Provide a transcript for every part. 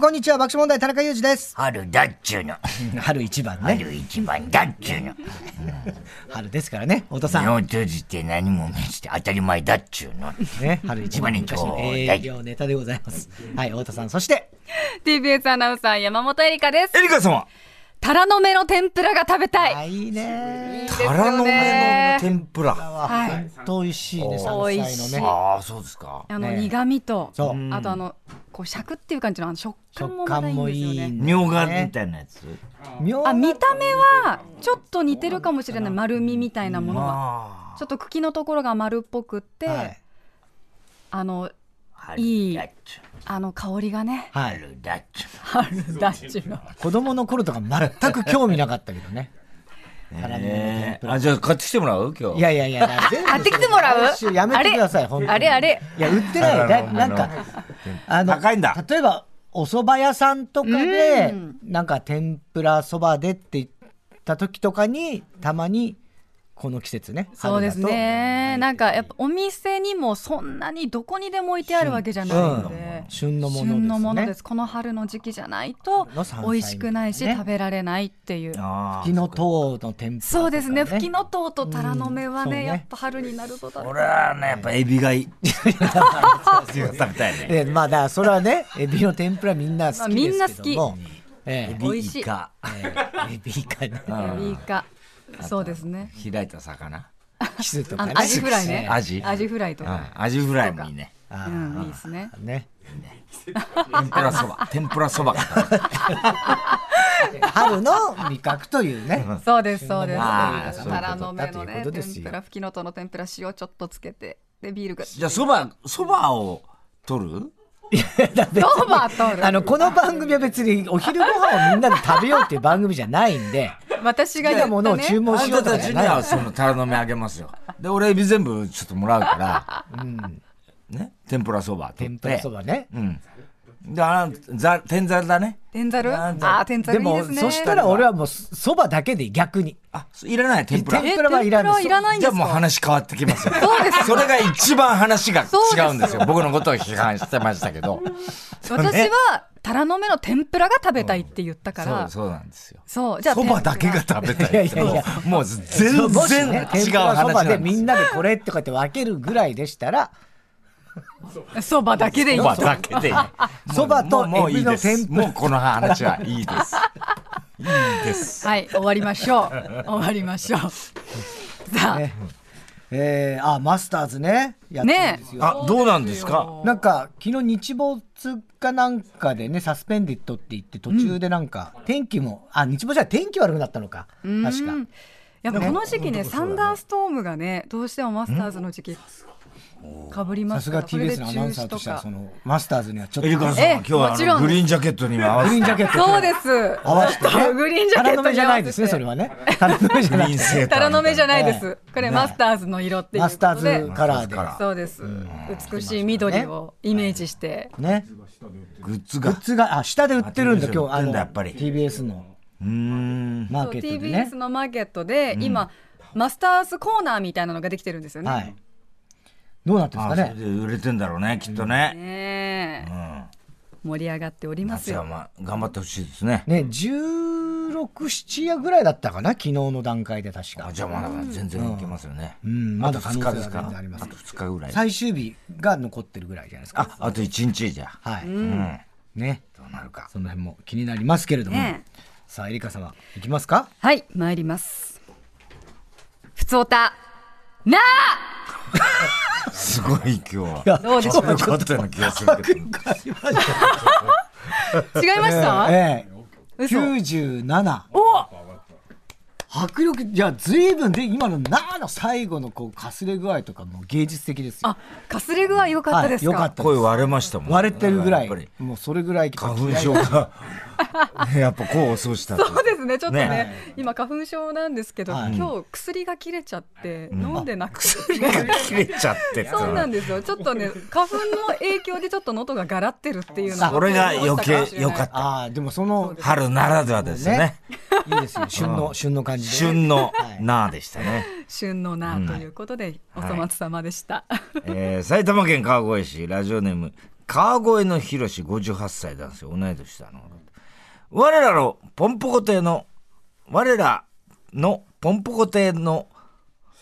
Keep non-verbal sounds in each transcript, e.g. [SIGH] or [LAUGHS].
こんにちは、爆笑問題、田中裕二です。春だっちゅうの。 [LAUGHS] 春一番ね。春一番だっちゅう [LAUGHS] の。春ですからね、太田さ目ん。を閉じて何も見して当たり前だっちゅうの。ね、春一番一番昔のちょうだい営業ネタでございます。はい、太田さん、そして、 TBS アナウンサー山本エリカです。リカ様タラの芽の天ぷらが食べたい。あ、いいね。ですタラよの芽ねの。天ぷら。はい本当美味しいね、山美菜味のしいね。ああ、そうですか。あのね苦味と、そうあとあの、こう尺っていう感じのあの食感食もまだ感いもいんいでいすよね。ね。みょうがみたいなやつ。みょうがあ、見た目は、ちょっと似てるかもしれない。丸みみたいなものが。あちょっと茎のところが丸っぽくって、はい。あの、あ、春だっちゅう。あの香りが [LAUGHS] ね。はい。春だっちゅう春だっちゅうの。子供の頃とか全く興味なかったけどね。タラの芽の天ねぷえらあ、じゃあ買ってきてもらう今日。いやいやい [LAUGHS] や、買ってきてもらう全部やめてください、本当に。 [LAUGHS] あれあれ。いや、売ってないよ。だなんか、あの、高いんだ例えば、お蕎麦屋さんとかでう、なんか天ぷらそばでって言った時とかに、たまに、この季節ね。そうですね。なんか、かやっぱお店にもそんなにどこにでも置いてあるわけじゃないので。旬のものですね。旬のものです。この春の時期じゃないとの山菜美味しくないしね食べられないっていう。ああ。吹きの塔の天ぷらとか、そうですね。吹きのとうとタラの芽うはんそうねね、やっぱ春になるとだ。俺はね、やっぱエビが [LAUGHS] いい。食べたいね。ええまあだからそれはねエビの天ぷらみんな好きですけども、まあえ美味しいエビか。ええエビかねいいか。そうですね。開いた魚。キスとかあねのアジフライね。アジアジフライとうんか。アジフライもいいね。うあん、いいですね。ーね天ぷらそば。天ぷらそばが食べたい春の味覚というねそうですそうです。あーそういうことタラの芽だのというこね、とですよ天ぷら吹きのとうの天ぷら塩ちょっとつけてでビール [LAUGHS] が。じゃあ、そば、そばを取るドーバーとる。あのこの番組は別にお昼ご飯をみんなで食べようっていう番組じゃないんで私好がき言っなたねものを注文あしんようたとたかじちゃにないはそのタラの芽あげますよ。で、俺エビ全部ちょっともらうから、ね、天ぷらそば取って。天ぷらそばねうん。で、あんざ天ざるだね。天ざる。なあんだー、天ざでるいいもですね。そしたら俺はもうそばだけで逆にあ、そいらない、天ぷら。天えぷらはいらんです天ぷらはいらないんじでゃあすもうか。話変わってきますよ。そうですそれが一番話がそうです違うんですよ。僕のことを批判してましたけど。私はタラの芽の天ぷらが食べたいって言ったかそう、ら。そうなんですよ。そう、じゃあ。そばだけが天ぷ食べたいって。いやいやいやもう全もし然ね天違ぷうら話そばなでんでみすんよ。なでこれとかって分けるぐらいでしたらら。そばだけでいいそ。ばだけでいい。そばともうもうエビの天ぷらもうこの話はいいです。いいです。はい、終わりましょう。終わりましょう。さあ、ねえー、あマスターズねやってるんですよ、あ、どうなんですかもうなんか昨日日没かなんかでねサスペンディットって言って途中でなんか、天気もあ日没じゃない天気悪くなったのかうん確かやっぱこの時期ね、サンダーストームがね、どうしてもマスターズの時期。かぶりまさすすかがら。それで TBS のアナウンサーとしては中そ止かのマスターズにはちょっとエリカさん、え今日はもあちろのんグリーンジャケットにも合わグせリーンジャて。ケットそうです。合わせて、ね、グリーンジャケッタラトに合わせての芽じゃないですねそれはねタラの芽じゃなグリーいンセータータラの芽じゃないでねす。これマスターズの色っていうマこスタとでーズ。カラーでマスターズカラそうです。美しい緑をイメージして。ねグッズグがッ。ズがあ下で売ってるんだあ TBS 今日あ売ってのんだやっぱり TBS のうーん。マーそうケットでね TBS のマーケットで今マスターズコーナーみたいなのができてるんですよはね。いどうなってるんあ、でそれすかねで売れてんだろうね、きっとね。ねえうん。盛り上がっております夏はよ。まあ頑張ってほしいですね。ね1617夜ぐらいだったかな昨日の段階で確かあじゃあまだ全然いけますよね。うんまだあと可能二日です性は全か然ありますあと2日ぐらい。最終日が残ってるぐらいじゃないですかあ、あと1日じゃ。はい、うん。ねどうなるかその辺も気になりますけれども、ねえさあエリカ様いきますかはい、参ります。ふつおた。なあすごい今日は。どうでしょう今日は勝ったような気がするけど。違いましたええ嘘97お迫力じゃあ随分で今の「な」の最後のこうかすれ具合とかも芸術的ですよあ、かすれ具合良かったですはい、よかかっ。たで声す割れましたもんね割れてるぐらやっいぱりもうそれぐらい花粉症が [LAUGHS] ねやっぱ功を奏したとそうですね、ちょっとね、ね今花粉症なんですけど、はい今日薬が切れちゃって、飲んでなくて。切れちゃってたそうなんですよ。ちょっとね、花粉の影響でちょっと喉がガラってるっていうのあが。これが余計良かっったああでもその春ならではですねねいいですよ旬の旬の感じでね旬のなあでしたね、た。旬のなあということで、おはい [LAUGHS] 粗末様でした。えー埼玉県川越市ラジオネーム川越の広志58歳なんですよ。同い年だの。我らのポンポコ亭の、我らのポンポコ亭の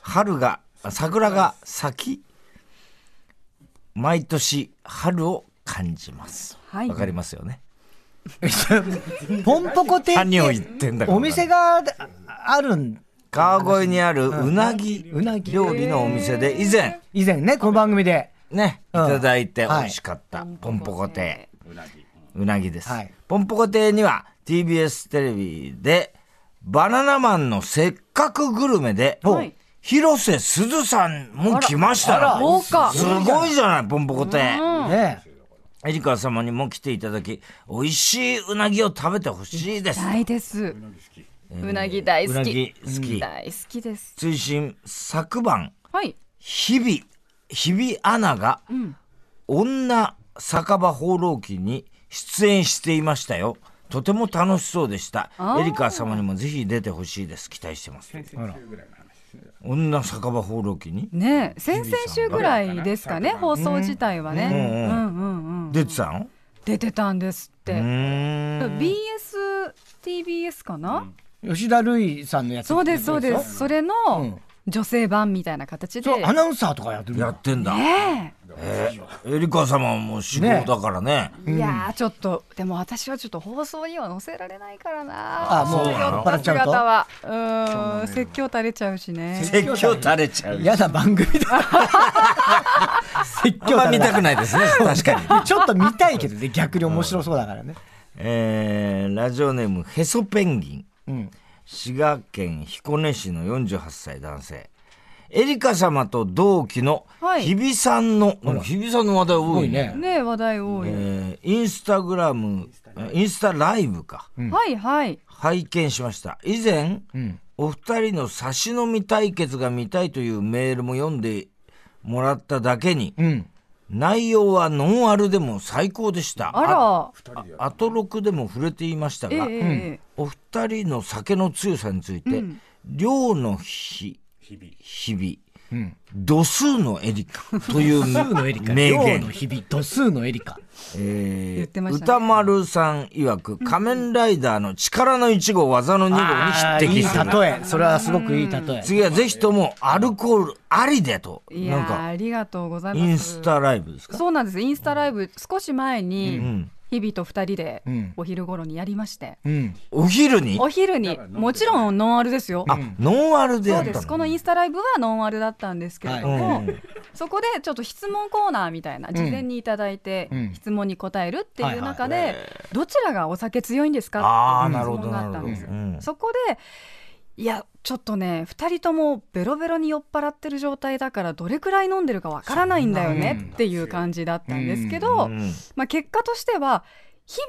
春が、あ桜が咲き、毎年春を感じます。はいわかりますよね。ポンポコ亭っ何を言っててんだかわかんないお店がああるん川越にあるうなぎうなぎ料理のお店で以前以前ねこの番組でね、いうんただいて美はい味しかった、ポンポコ亭うなぎです、はいポンポコ亭には TBS テレビで「バナナマンのせっかくグルメで」はい広瀬すずさんも来ましたあらよ豪華すごいじゃないポンポコ亭ねエリカ様にも来ていただき美味しいうなぎを食べてほしいです大ですうなぎ大う好なきぎ好き大好きです追伸昨晩はい日々、日々アナが、女酒場放浪記に出演していましたよ。とても楽しそうでした。エリカ様にもぜひ出てほしいです。期待してます。女酒場放浪記にねえ先々週ぐらいですかね放送自体はねうんうんうん出てたの出てたんですっうてーん。 BSTBS かな吉田類さんのやつそうですそうしょですそれの女性版みたいな形でそうアナウンサーとかやってるやってんだ。ねエリカ様も死亡だからね。えいやーちょっとでも私はちょっと放送には載せられないからなあもうそうな酔のっ払っちゃう姿とはうーん説教垂れちゃうしね説教垂れちゃう。嫌な番組だ説 [LAUGHS] あん教まだ見たくなないですね。確かに。ちょっと見たいけどね逆に面白そうだからねえーラジオネームヘソペンギン、滋賀県彦根市の48歳男性エリカ様と同期のはい日比さんの、なんか日比さんの話題す多ごいいねねねえ話題多いえーインスタグラムインスタライブか、はいはい拝見しました以前、お二人の差し飲み対決が見たいというメールも読んでもらっただけに、うん内容はノンアルでも最高でしたあらあアトロクでも触れていましたええが、ええお二人の酒の強さについて、量の日日々、度数のエリカ [LAUGHS] という度数のエリカ名量言の日々度数のエリカえー言ってましたね歌丸さん曰く「仮面ライダー」の力の1号技の2号に匹敵すあるーいい例えそれはすごくいい例え次はぜひともアルコールありでといなやんーかありがとうございインますスタライブですかそうなんですインスタライブ少し前にん日々と二人でんお昼頃にやりましてうんお昼にお昼にもちろんノンアルですよあノンアルでそやっうでたすこののインスタライブはノンアルだったんですけれども、はいうんそこでちょっと質問コーナーみたいな事前にいただいてん質問に答えるっていう中で、はどちらがお酒強いんですあかあっていなうる質ほど問がなあったるんほですよ。どうんそこでいやちょっとね2人ともベロベロに酔っ払ってる状態だからどれくらい飲んでるかわからないんだよねっていう感じだったんですけど、うんまあ、結果としては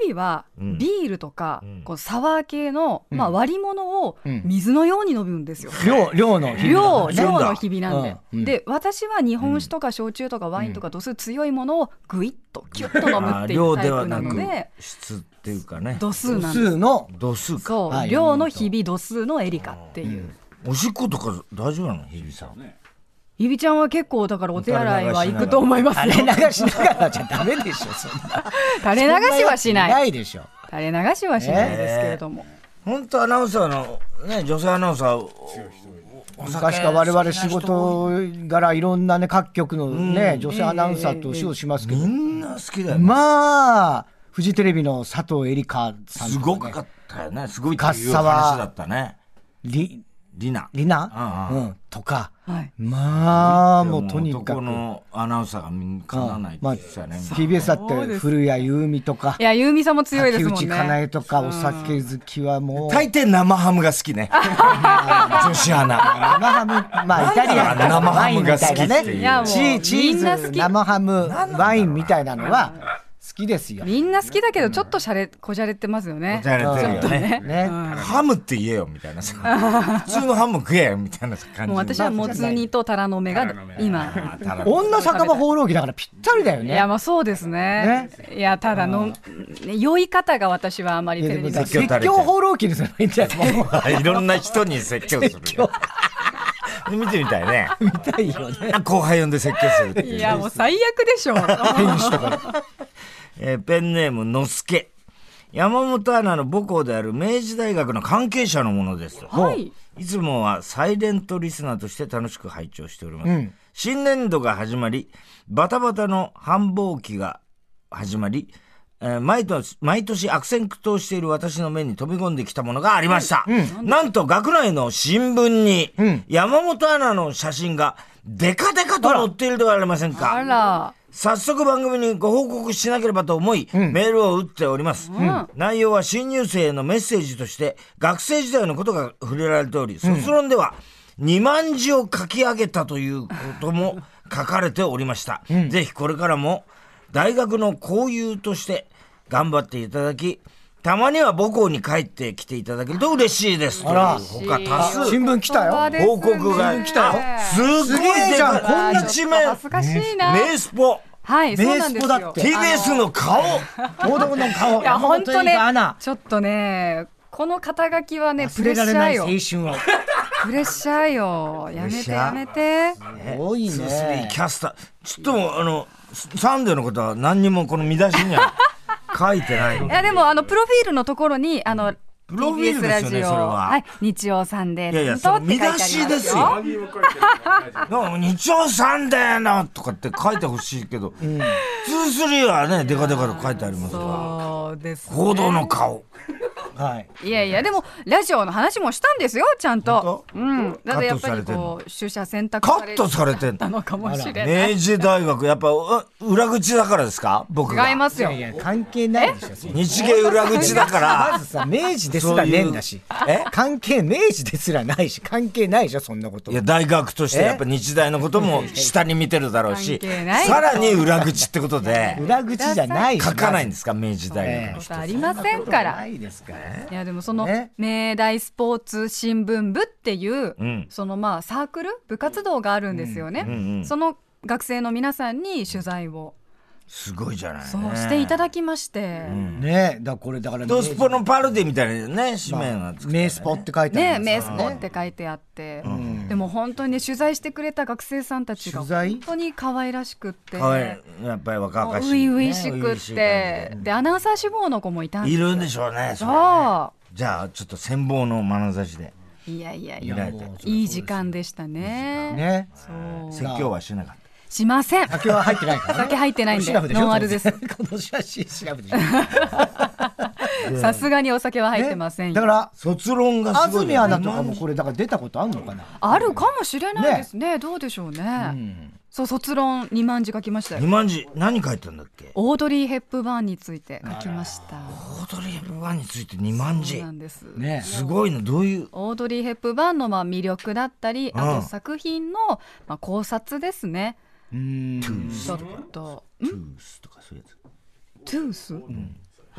日々はうんビールとかうんこうサワー系のまあ割り物をうん水のように飲むんですよ。量量の日量々量の日々なんで、うんうんで私は日本酒とか焼酎とかワインとか度数強いものをぐいっとキュッと飲むあっーていう量タイでプはななのくで質っていうかね度数度なんです数の度数かそう、はい量の日々度数のエリカっていう、おしっことか大丈夫なの日比さんゆびちゃんは結構だからお手洗いは行くと思います垂れ流しながらじゃダメでしょそんな [LAUGHS] 垂れ流しはしないないでしょ垂れ流しはしないですけれども、本当アナウンサーの、ね、女性アナウンサー、おお酒昔から我々好仕きな人事柄いろんなね各局のね女性アナウンサーとお仕事しますけみどんな好きだよね。まあフジテレビの佐藤エリカさんすとかごねかったよね。すごいってかっいうさは話だったね。りリナ。りなうんううんとかはい、まあもうとにか男くのアナウンサーがみんなかなわないって言ってたよね。 TBS だって古谷優美とかいやゆうみさんも強いで竹すもん内かなえねとかお酒好きはもう大抵生ハムが好き [LAUGHS] ね。女子アナ。生ハム、まあイタリアンなんだろう生ハムが好きっていうワインみたないやもうチーチみんなー好ズ、き生ハム、ワインみたいなのは好きですよ。ね。みんな好きだけどちょっとしゃれこじゃれてますよねじゃれてるよね。ハムって言えよみたいな [LAUGHS] さ。普通のハム食えよみたいな感もう私じ。はもつ煮とタラの芽が今。ただ女酒場放浪記だからぴったりだよいやね。まあそうですね。いやただのね酔い方が私はあまりいやテレでもビさで説教説垂れて教放浪記にすればいいんじゃない [LAUGHS] まあいろんな人に説教 [LAUGHS] するよ。見てみたいね。みたいよね。後輩呼んで説教するっていう。いやもう最悪でしょ。天使とかえーペンネームのすけ山本アナの母校である明治大学の関係者のものですと、はいいつもはサイレントリスナーとして楽しく拝聴しております、うん新年度が始まりバタバタの繁忙期が始まり、えー毎年毎年悪戦苦闘している私の目に飛び込んできたものがありました、なんと学内の新聞にうん山本アナの写真がデカデカと載っているではありませんかあら、早速番組にご報告しなければと思い、メールを打っております、ん内容は新入生へのメッセージとして学生時代のことが触れられており卒論では2万字を書き上げたということも書かれておりました、ぜひこれからも大学の交友として頑張っていただきたまには母校に帰ってきていただけると嬉しいですあらという他多数新聞来たよ本当ですね報告が来たよすごいすげえでじゃかんいこんなちょっと一面恥ずかしいな。名スポはい、そうなん名スですポだっよ。て TBS の顔報道の顔いや山本本当恵ね里アナちょっとねこの肩書きはねプ忘レれッシャられなーいよ青春をプレッシャーよやレッめシてャーやめて [LAUGHS] すごいススリーねキャスターちょっともうあのスサンデーのことは何にもこの見出しには書いてないいやでもあのプロフィールのところにあのプロフィール TBS でラすよねジオそれははい日曜サンデーいやいや担その当見出しですよなんか日曜サンデーのとかって書いてほしいけど、23はねデカデカと書いてありますがそうです報道の顔はいいやいやでもラジオの話もしたんですよちゃんとうんだってやっぱりカットされてんのこう取捨選択カさッれトされてんたののかもしれない明治大学やっぱう裏口だからですか僕が違いますいよやいや関係ないでしょそんな日芸裏口だから [LAUGHS] まずさ明治ですらねえんだしそういうえ関係明治ですらないし関係ないでしょそんなこといや大学としてえやっぱ日大のことも下に見てるだろうし関係ないさらに裏口ってことで裏口じゃないし書かないんまですか明治大学のこ人とありませんずからないですからいやでもそのね明大スポーツ新聞部っていう、うんそのまあサークル部活動があるんですよね、うんうんその学生の皆さんに取材をすごいじゃないそうしていただきまして、ねえだからこれだからドスポのパロディみたいなね紙面がつく名スポって書いてあねるんで名すスからポって書いてあって、でも本当にね取材してくれた学生さんたちが取材本当に可愛らしくってかわいいやっぱり若もう々しい初ね々しくっ初々しいて、感でアナウンサー志望の子もいたんじででいするんでしょうねそれよじゃあちょっと羨望の眼差しでいやいやいいややいもういい時間でしたねねそう説教はしなかっしません酒は入ってないからね酒入ってないんでシラフしょノンアルで [LAUGHS] す当然今年はシシラフでしょさすがにお酒は [LAUGHS] 入ってませんねよ。だかたら卒論がす安ごい住よアねナとかもこれだから出たことあんのかなあるかもしれないですね。どうでしょうね。そう卒論2万字書きましたよ二。万字何書いてんだっけオードリー・ヘップバーンについて書きました。オードリー・ヘプバーンについて二万そう字なんです。ねすごいのどういうオードリー・ヘップバーンのまあ魅力だったり、うあんと作品のまあ考察ですね。うーんちょっとトゥースとかそういうやトゥース、オ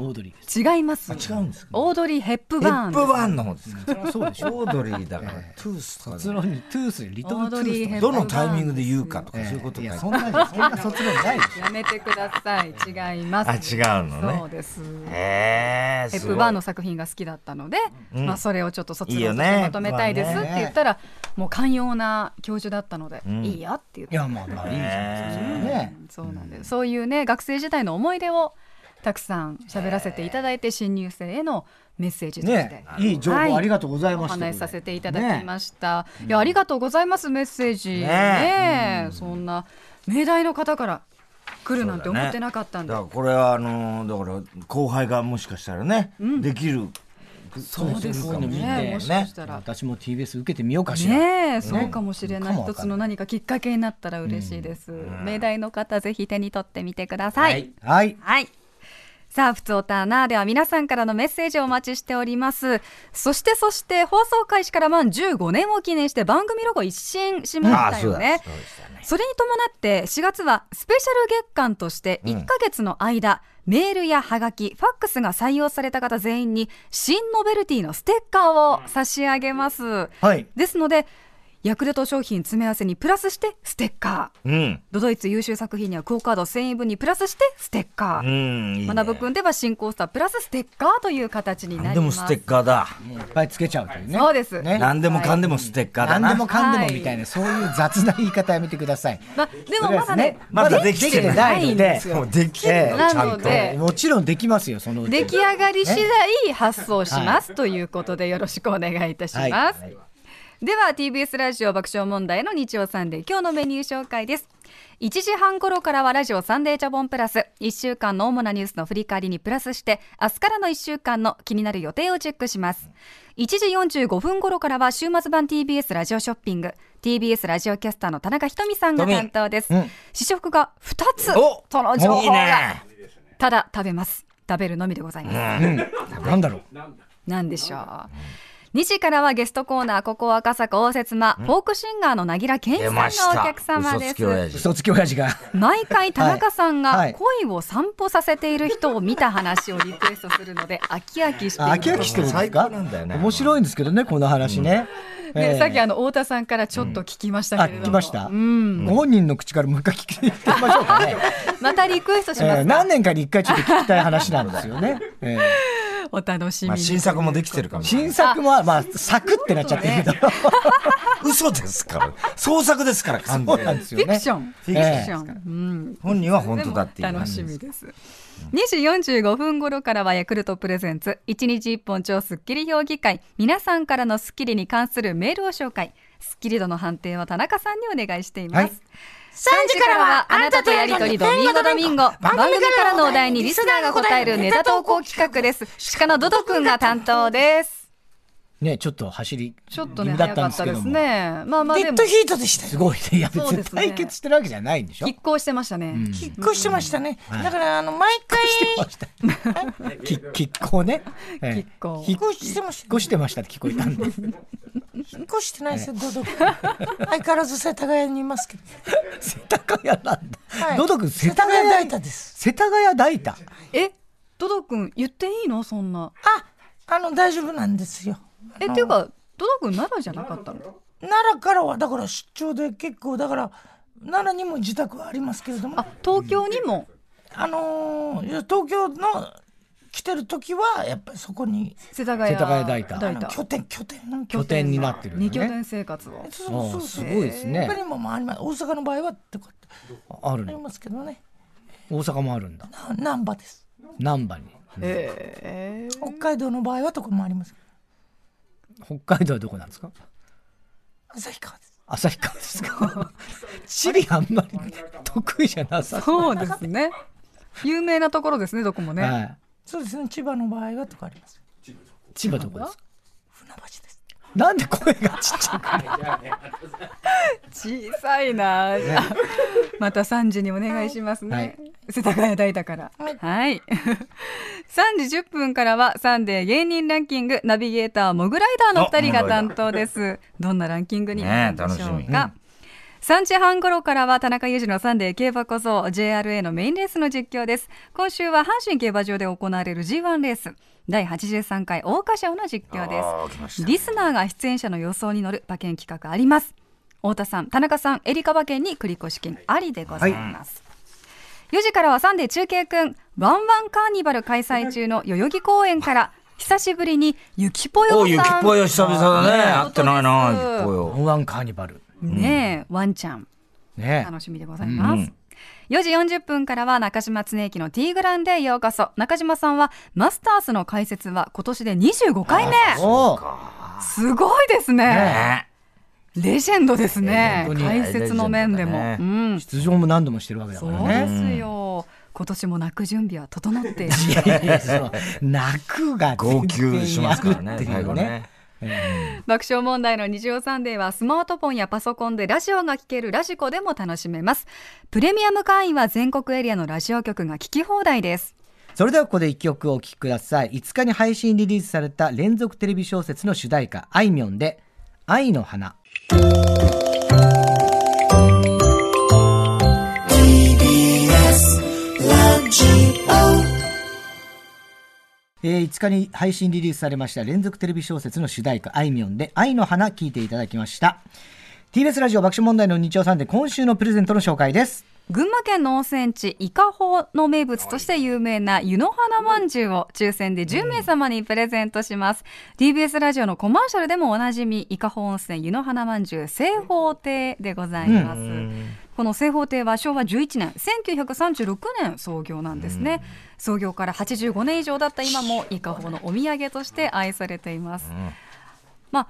ードリーです違います。つ違うんですかオードリー・ヘップヘバッーンです。プバーンの方ですかそれはそうで [LAUGHS] しょオードリーだからトゥースとか卒論にトゥースでリトルトゥオードリーースヘとかップどのタイミングで言うかとかそういうこといやかそんなそんな卒論ないでしょやめてください。違います。あ違うのねそうです。へえヘすごップいバーンの作品が好きだったので、まあ、それをちょっと卒いいよ論としねてまとめたいですって言ったら、もう寛容な教授だったので、いいよって言っいて、やまあまあいいじゃん卒論ねそうなんですそういうね学生時代の思い出をたくさん喋らせていただいて新入生へのメッセージとして、ねいい情報ありがとうございおました話しさせていただきました、いやありがとうございますメッセージねえそんな命題の方から来るなんて思ってなかったんでだからこれはあのーだから後輩がもしかしたらねできるそうですよねもしかしたら私も TBS 受けてみようかしらねえ、そうかもしれない、うん一つの何かきっかけになったら嬉しいです、命題の方ぜひ手に取ってみてくださいはい、はいさあ、ふつおたなあでは皆さんからのメッセージをお待ちしております。そして、そして、放送開始から満15年を記念して番組ロゴ一新しましたよね。そうでしたねそれに伴って4月はスペシャル月間として1ヶ月の間、メールやハガキ、ファックスが採用された方全員に新ノベルティのステッカーを差し上げます。はいですのでヤクルト商品詰め合わせにプラスしてステッカー。うん。ドドイツ優秀作品にはクオカード1000円分にプラスしてステッカうー。ん。いいねまなぶくんでは新コースタープラスステッカーという形にな何でりもまスす。テッカーだ。いっぱいつけちゃうというね。そうです。ね何でもかんでもステッカーだ何な。でもかんでもはいみたいな、そういう雑な言い方やめてください。まあ、でもまだね、まだできてないのでもうできるええのなちゃのんと。でもちろんできますよ、そのうち。出来上がり次第発送しますということでよろしくお願いいたします。はいでは TBS ラジオ爆笑問題の日曜サンデー今日のメニュー紹介です1時半頃からはラジオサンデーチャボンプラス1週間の主なニュースの振り返りにプラスして明日からの1週間の気になる予定をチェックします1時45分頃からは週末版 TBS ラジオショッピング TBS ラジオキャスターの田中ひとみさんが担当です、試食が2つおとの情いい報がね。ただ食べます食べるのみでございます、なんだろう。なんでしょう。2時からはゲストコーナー、ここ赤坂応接間、フォークシンガーのなぎら健一出さんがました。お客様で嘘つき親す。父。嘘つき親父 [LAUGHS] が。毎回田中さんはがい恋を散歩させている人を見た話をリクエストする [LAUGHS] ので、飽き飽きしていあ、ま飽きす飽きしてるんです最高かなんだよね面白いんですけどね、この話ね。えねえさっきあの太田さんからちょっと聞きましたあ、けれど聞も、きました。うごん本人の口からもう一回聞き聞きましょうかね。またリクエストしえまえ [LAUGHS] すか、何年かに一回ちょっと聞きたい話なんですよね。ええお楽しみに、まあ新作もできてるかもしれ新ない。作も、まあ、サクってなっちゃってるけど、嘘ですから。創作ですから、完そうな全んでに。すフよィクねシ。ョン、ええフィクション、うん、本人は本当だっていう。でも楽しみです。2時45分頃からはヤクルトプレゼンツ1日1本超スッキリ評議会皆さんからのスッキリに関するメールを紹介スッキリ度の判定は田中さんにお願いしています、はい3時からはあなたとやりとりドミンゴドミンゴ番組からのお題にリスナーが答えるネタ投稿企画 [LAUGHS] です鹿のドドくんが担当ですね、ちょっと走りちょっと気ね味だ早ったんかっですたけでどすも。ねまあまあデでッもドヒートでしたすごいね。いや、別そうでにすね対決してるわけじゃないんでしょ拮抗してましたね、引っ越してましたね。だから、あの、毎回、 [LAUGHS] き、 [LAUGHS] きっこうね。ええ拮抗引っ引っ越してまし。引った越してましたって聞こえたんです。引っ越してないですよ、ドド君。相変わらず世田谷にいますけど。世田谷なんだ。はいドド君、世世田田谷大谷田です。世田谷大田。えドドくん言っていいのそんなあ、あの、大丈夫なんですよ。えっていうかドドくん奈良じゃなかったの奈良からは、だから出張で結構、だから、奈良にも自宅はありますけれどもあ、東京にも、あのーいや東京の来てる時は、やっぱりそこに、世田谷世田谷代田あの拠点、拠点の拠拠点になってるよね二拠点生活をそうそうそうあーすごいですね他にもまああります。大阪の場合は、とかってあるありの。ますけどね。大阪もあるんだ。な難波です。難波に。えー北海道の場合はとこもあります。北海道はどこなんですか旭川です。旭川です [LAUGHS] か地理あんまり得意じゃなさそう。そうですね有名なところですねどこもね、はい。そうですね。千葉の場合はとかあります。千葉どこですか船橋です。なんで声がちっちゃく小さいな、また3時にお願いしますね、はい世田谷代だからはい3時10分からは「サンデー芸人ランキング」ナビゲーターモグライダーのお二人が担当ですどんなランキングになるんでしょねうえ楽しみか、3時半頃からは田中裕二のサンデー競馬こそ JRA のメインレースの実況です。今週は阪神競馬場で行われる G1 レース第83回桜花賞の実況あー来でましす。たリスナーが出演者の予想に乗る馬券企画あります。太田さん、田中さん、エリカ馬券に繰越金ありでございます。4時からはサンデー中継くん、ワンワンカーニバル開催中の代々木公園から久しぶりにゆきぽよおう、ゆきさん。ぽよ久々だね。あ会ってないな、本当ですゆきぽよ。ワンワンカーニバル。ねえ、ワンちゃん。ね楽しみでございます。4時40分からは中島恒之のティーグラウンドへようこそ。中島さんはマスターズの解説は今年で25回目。おおすごいですね。ねレジェンドですね。本当に解説の面でも。レジうェん。出場も何度もしてるわけだかそうらでね。すよ。今年も泣く準備は整っていいる。やいやそう泣くが号全然泣しますからねやる、っていう最後ね。爆笑問題の日曜サンデーはスマートフォンやパソコンでラジオが聴けるラジコでも楽しめます。プレミアム会員は全国エリアのラジオ局が聞き放題です。それではここで一曲お聴きください。5日に配信リリースされた連続テレビ小説の主題歌、あいみょんで、愛の花。えー5日に配信リリースされました連続テレビ小説の主題歌、あいみょんで、愛の花、聴いていただきました。 TBS ラジオ爆笑問題の日曜サンデー今週のプレゼントの紹介です群馬県の温泉地伊香保の名物として有名な湯の花まんじゅうを抽選で10名様にプレゼントします、TBS ラジオのコマーシャルでもおなじみ伊香保温泉湯の花まんじゅう正方亭でございます、この正方亭は昭和11年1936年創業なんですね、創業から85年以上だった今も伊香保のお土産として愛されています、まあ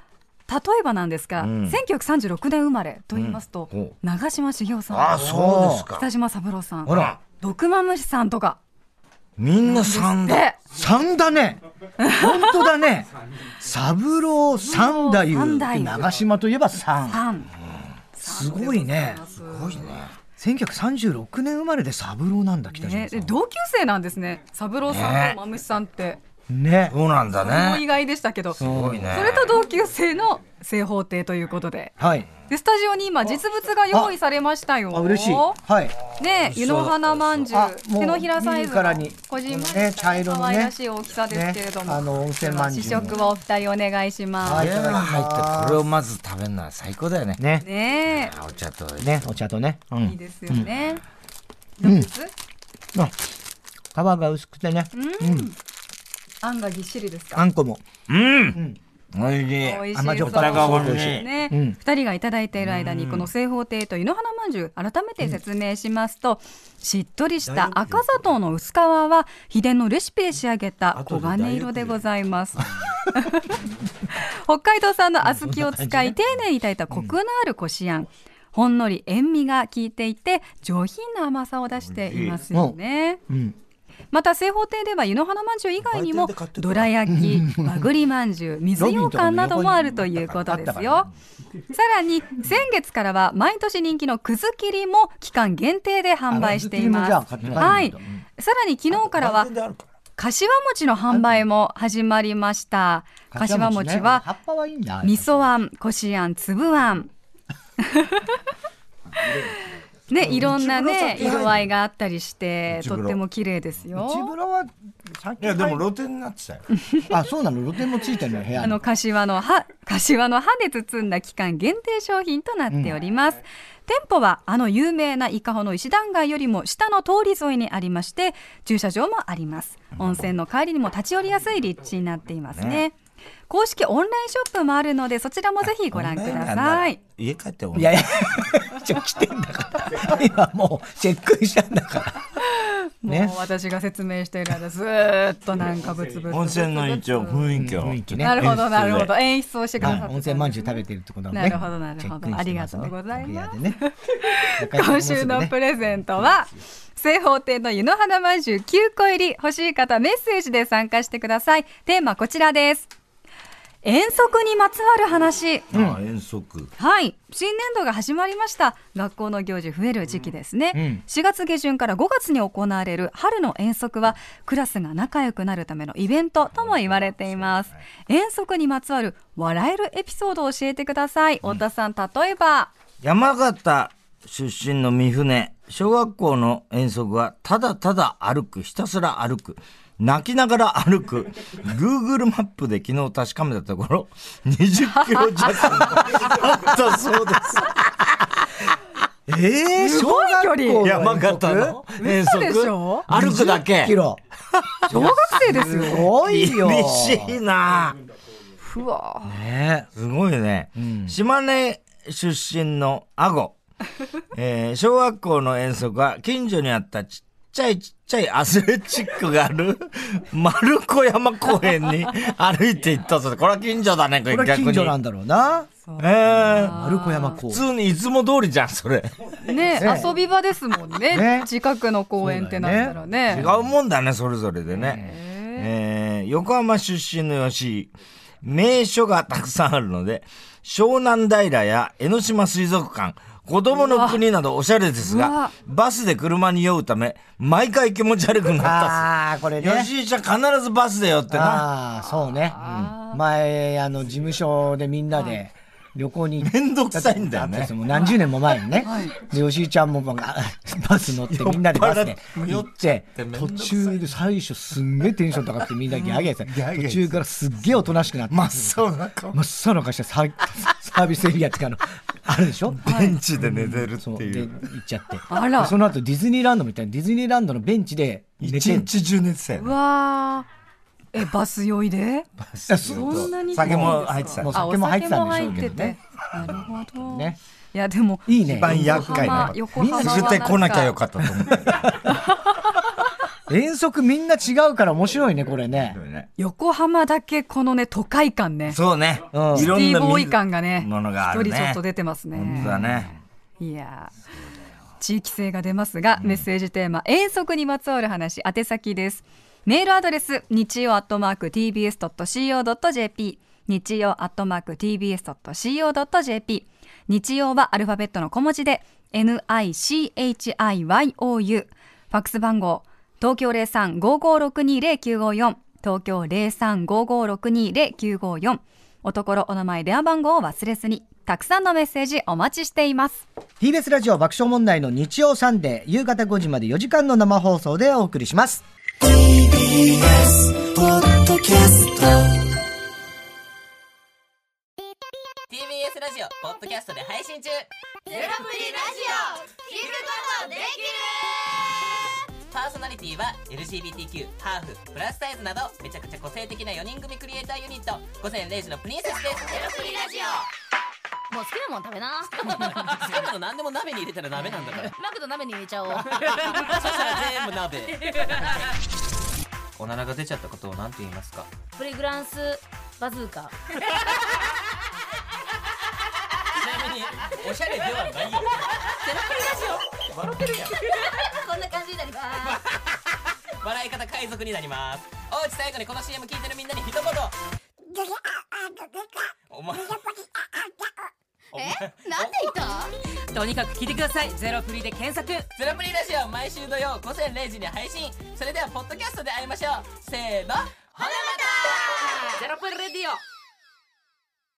例えばなんですが、うん1936年生まれと言いますと、うんほう長嶋茂雄さんああ、そうですか北。島三郎さんほら、毒まむしさんとかみんな3だ。で3だね本当だね三郎三太三夫太夫長島といえば3パンすごいねすすごいね。 1936年生まれで三郎なんだ北島ねさでん同級生なんですね三郎さんねとまむしさんってねそうなんだとてもね意。外でしたけどすそごいね。れと同級生の正方形ということではいでスタジオに今実物が用意されましたよあ嬉しいはいね湯の花まんじゅあうもう手のひらサイズ見るかのらにこじんまりね茶色のね可愛らしい大きさですけれどもねあの温泉まんじゅう試食をお二人お願いしまは部いす屋が入ってこれをまず食べるのは最高だよね。ねねあお茶とね。ねお茶とねうんいいですよねうんどうですあ皮が薄くてねうん。あんがぎっしりですか。あんこもうん。おいしい。美味しい。甘じょっそぱういが美味しいねう、ん二人がいただいている間に、この正方形と湯の花まんじゅう、改めて説明しますと。しっとりした赤砂糖の薄皮は、秘伝のレシピで仕上げた黄金色でございます。 [LAUGHS] 北海道産の小豆を使い丁寧に炊いたコクのあるこしあん、ほんのり塩味が効いていて上品な甘さを出していますよね。うんまた正方形では湯の花まんじゅう以外にもどら焼き、和栗まんじゅう、水羊羹などもあるということですよ。さらに先月からは毎年人気のくず切りも期間限定で販売していまあす。くず切りもじゃあは買って帰るんいだ。さらに昨日からは柏餅の販売も始まりました。柏餅ねは葉っぱはいいんだ味噌あん、こしあん、つぶ [LAUGHS] あん。ね、いろんなね、色合いがあったりして、とっても綺麗ですよ。内風呂はさっきいやでも露店になってたよ。あそうなの露店もついてるの部屋あにの柏の葉、柏の葉で包んだ期間限定商品となっております。店舗はあの有名な伊香保の石段街よりも下の通り沿いにありまして、駐車場もあります。温泉の帰りにも立ち寄りやすい立地になっていますね。公式オンラインショップもあるので、そちらもぜひご覧ください。家帰っておいやいや、 [LAUGHS] 一応来てんだから。今もうチェックインしたんだから。ねもう私が説明している間、ずーっとなんかブツブツ。温泉の一応雰囲気を。雰囲気ね。なるほど、なるほでど、演出をしてくださはっていたんです温ね泉まんじゅう食べてるってことはね。なるほどなるほどチェックインしてますねありがとうございますお部屋でね。 [LAUGHS] 今週のプレゼントは正方形の湯の花まんじゅう9個入り欲しい方メッセージで参加してくださいテーマこちらです遠足にまつわる話あ遠足。はい新年度が始まりました学校の行事増える時期ですね、4月下旬から5月に行われる春の遠足はクラスが仲良くなるためのイベントとも言われています遠足にまつわる笑えるエピソードを教えてください太田さん例えば、山形出身の三船。小学校の遠足は、ただただ歩く、ひたすら歩く。泣きながら歩く。Google マップで昨日確かめたところ、20キロ弱あったそうです。ええ、すごい距小離学校の山形の遠足。嘘でしょ歩くだけ。 10キロ。小学生ですよすごいよ。厳しいなふわーねすごいね。島根出身のア [LAUGHS] ゴ。えー小学校の遠足は近所にあったちっちゃいちっちゃいアスレチックがあ [LAUGHS] る丸子山公園に歩いて行ったそうでこれは近所だね、ここれれは逆に。近所なんだろうな。えー丸子山公普園。通にいつも通りじゃん、それ。ねね遊び場ですもんねね近くの公園ってなったらね違うもんだね、それぞれでね。えー横浜出身の吉井。名所がたくさんあるので、湘南平や江ノ島水族館、子供の国などおしゃれですうわが、バスで車に酔うため、毎回気持ち悪くなったああ、これそう。ね。吉井ちゃん必ずバスで酔ってな。ああ、そうね。うん前、あの、事務所でみんなで旅行に行ってめんどくさいんだよだっねて。もう何十年も前にねはい。で、吉井ちゃんもまあ [LAUGHS] バス乗ってみんなでバスで酔行っ払っっててめんど途くさい中で最初すんげえテンション高くてみんなギャーギャーやってた途中からすっげえおとなしくなって。真っ青な顔。 [LAUGHS] 真っ青な顔してサーサービスエリアっていうかあの、あるでしょベンチで寝てるそうってでい行う。っちゃってあらでその後ディズニーランドみたいなディズニーランドのベンチで寝一てんの日中寝てたようね。わーえバス酔いでいやそそんなに酒も入ってたもうよ。あお酒も入っ酒てもたんでしょうけ入ってどてねなるほど、ねいやでもいいね一番厄横介なこ浜と。横浜は絶対来なきゃよっかったと思う。遠足みんな違うから面白いねこれね横浜だけこのね都会感ねそうね。うんいシテろんィなボーイ感がねものがある一人ちょっとね。出てますね本当だね。いやー地域性が出ますが、メッセージテーマ遠足にまつわる話宛先ですメールアドレス日曜アットマーク tbs.co.jp 日曜アットマーク tbs.co.jp 日曜はアルファベットの小文字で nichiou ファックス番号東京零三五五六二零九五四東京零三五五六二零九五四おところお名前電話番号を忘れずにたくさんのメッセージお待ちしています TBS ラジオ爆笑問題の日曜サンデー夕方5時まで4時間の生放送でお送りしますラジオポッドキャストで配信中パーソナリティは LGBTQ ハーフプラスサイズなどめちゃくちゃ個性的な4人組クリエイターユニット午前0時のプリンセスですゼロプリラジもう好きなもん食べな。オ好きなの何でも鍋に入れたら鍋なんだ [LAUGHS] から [LAUGHS] マクド鍋に入れち [LAUGHS] ゃおう。そしたら全部 [LAUGHS] 鍋おならが出ちゃったことを何て言いますかプリグランスバズーカ。ちなみにおしゃれではないよゼロプリラジオ笑ってるやん [LAUGHS] こんな感じになります。笑い方海賊になりますおうち最後にこの CM 聞いてるみんなに一言お前お前なんで言った？ [LAUGHS] とにかく聞いてくださいゼロフリで検索ゼロプリラジオ毎週土曜午前0時に配信それではポッドキャストで会いましょうせーのほなまたゼロプリレディオ